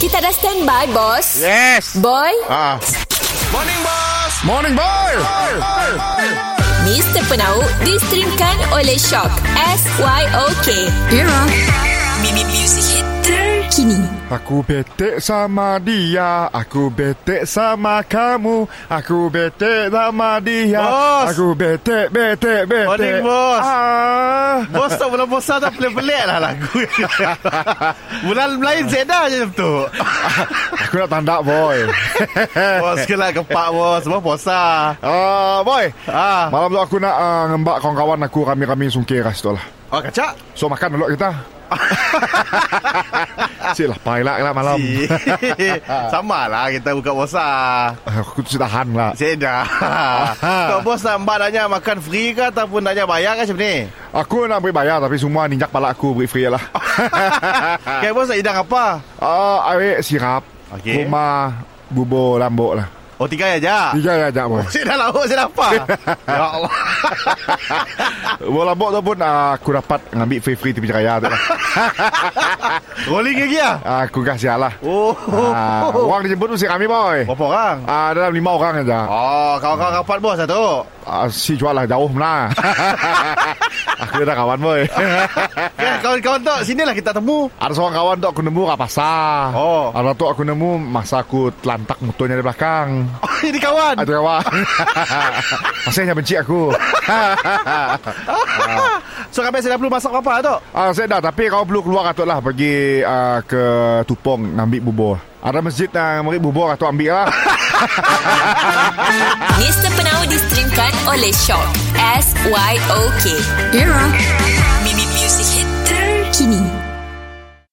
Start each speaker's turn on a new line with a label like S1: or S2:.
S1: Kita dah standby, bos.
S2: Yes.
S1: Boy,
S2: Ah.
S3: Morning, boss.
S2: Morning, boy.
S1: Mr. Penau distrimkan oleh Shock. S-Y-O-K. Era. Mimi Music Hit terkini.
S2: Aku betek sama dia, aku betek sama kamu, aku betek sama dia,
S3: Bos.
S2: aku betek betek betek.
S3: Morning, bos.
S2: Ah.
S3: Bos tak pernah bosan tak pelik-pelik lah lagu Bulan lain Zeda je macam tu
S2: Aku nak tanda boy.
S3: Bos kelak lah kepak bos Bos bosan
S2: Ah, boy.
S3: lah. Ah,
S2: Malam tu aku nak uh, ngembak kawan-kawan aku kami-kami sungkir kat situ lah.
S3: Oh kacak
S2: So makan dulu kita. Cik lah, pailak lah malam.
S3: Si. Sama lah kita buka bosan
S2: Aku tu tahan lah.
S3: Zeda Kau bos nak mbak nanya makan free ke Ataupun nanya bayar ke macam ni
S2: Aku nak beri bayar tapi semua ninjak pala aku beri free lah.
S3: Kau bos nak hidang apa
S2: Ah, awek sirap.
S3: Okey.
S2: Kuma bubur lambuk lah.
S3: Oh tiga ya je
S2: Tiga ya ajak boy.
S3: Saya dah lauk saya dah apa Ya Allah
S2: Bubur lambuk tu pun ah, aku dapat ngambil free-free tepi raya tu lah.
S3: Rolling lagi lah
S2: Ah, aku kasih lah.
S3: Oh
S2: Ah, orang dijemput tu si kami boy.
S3: Berapa orang
S2: Ah, dalam lima orang aja.
S3: Oh kawan-kawan rapat bos lah tu
S2: Ah, si jual lah jauh mana. aku ada kawan boy.
S3: Ya, kawan-kawan tu sinilah kita temu.
S2: Ada seorang kawan tu aku nemu kat pasar.
S3: Oh.
S2: Ada tu aku nemu masa aku telantak motornya dari belakang.
S3: Oh, ini kawan.
S2: Ada kawan. Masih yang benci aku.
S3: So kami saya dah perlu masak apa tu?
S2: Ah, saya dah tapi kau perlu keluar katuk lah pergi ah, ke Tupong ambil bubur. Ada masjid yang ambil bubur katuk ambil lah.
S1: Mr. Penau distrimkan oleh Shock. S-Y-O-K. Era.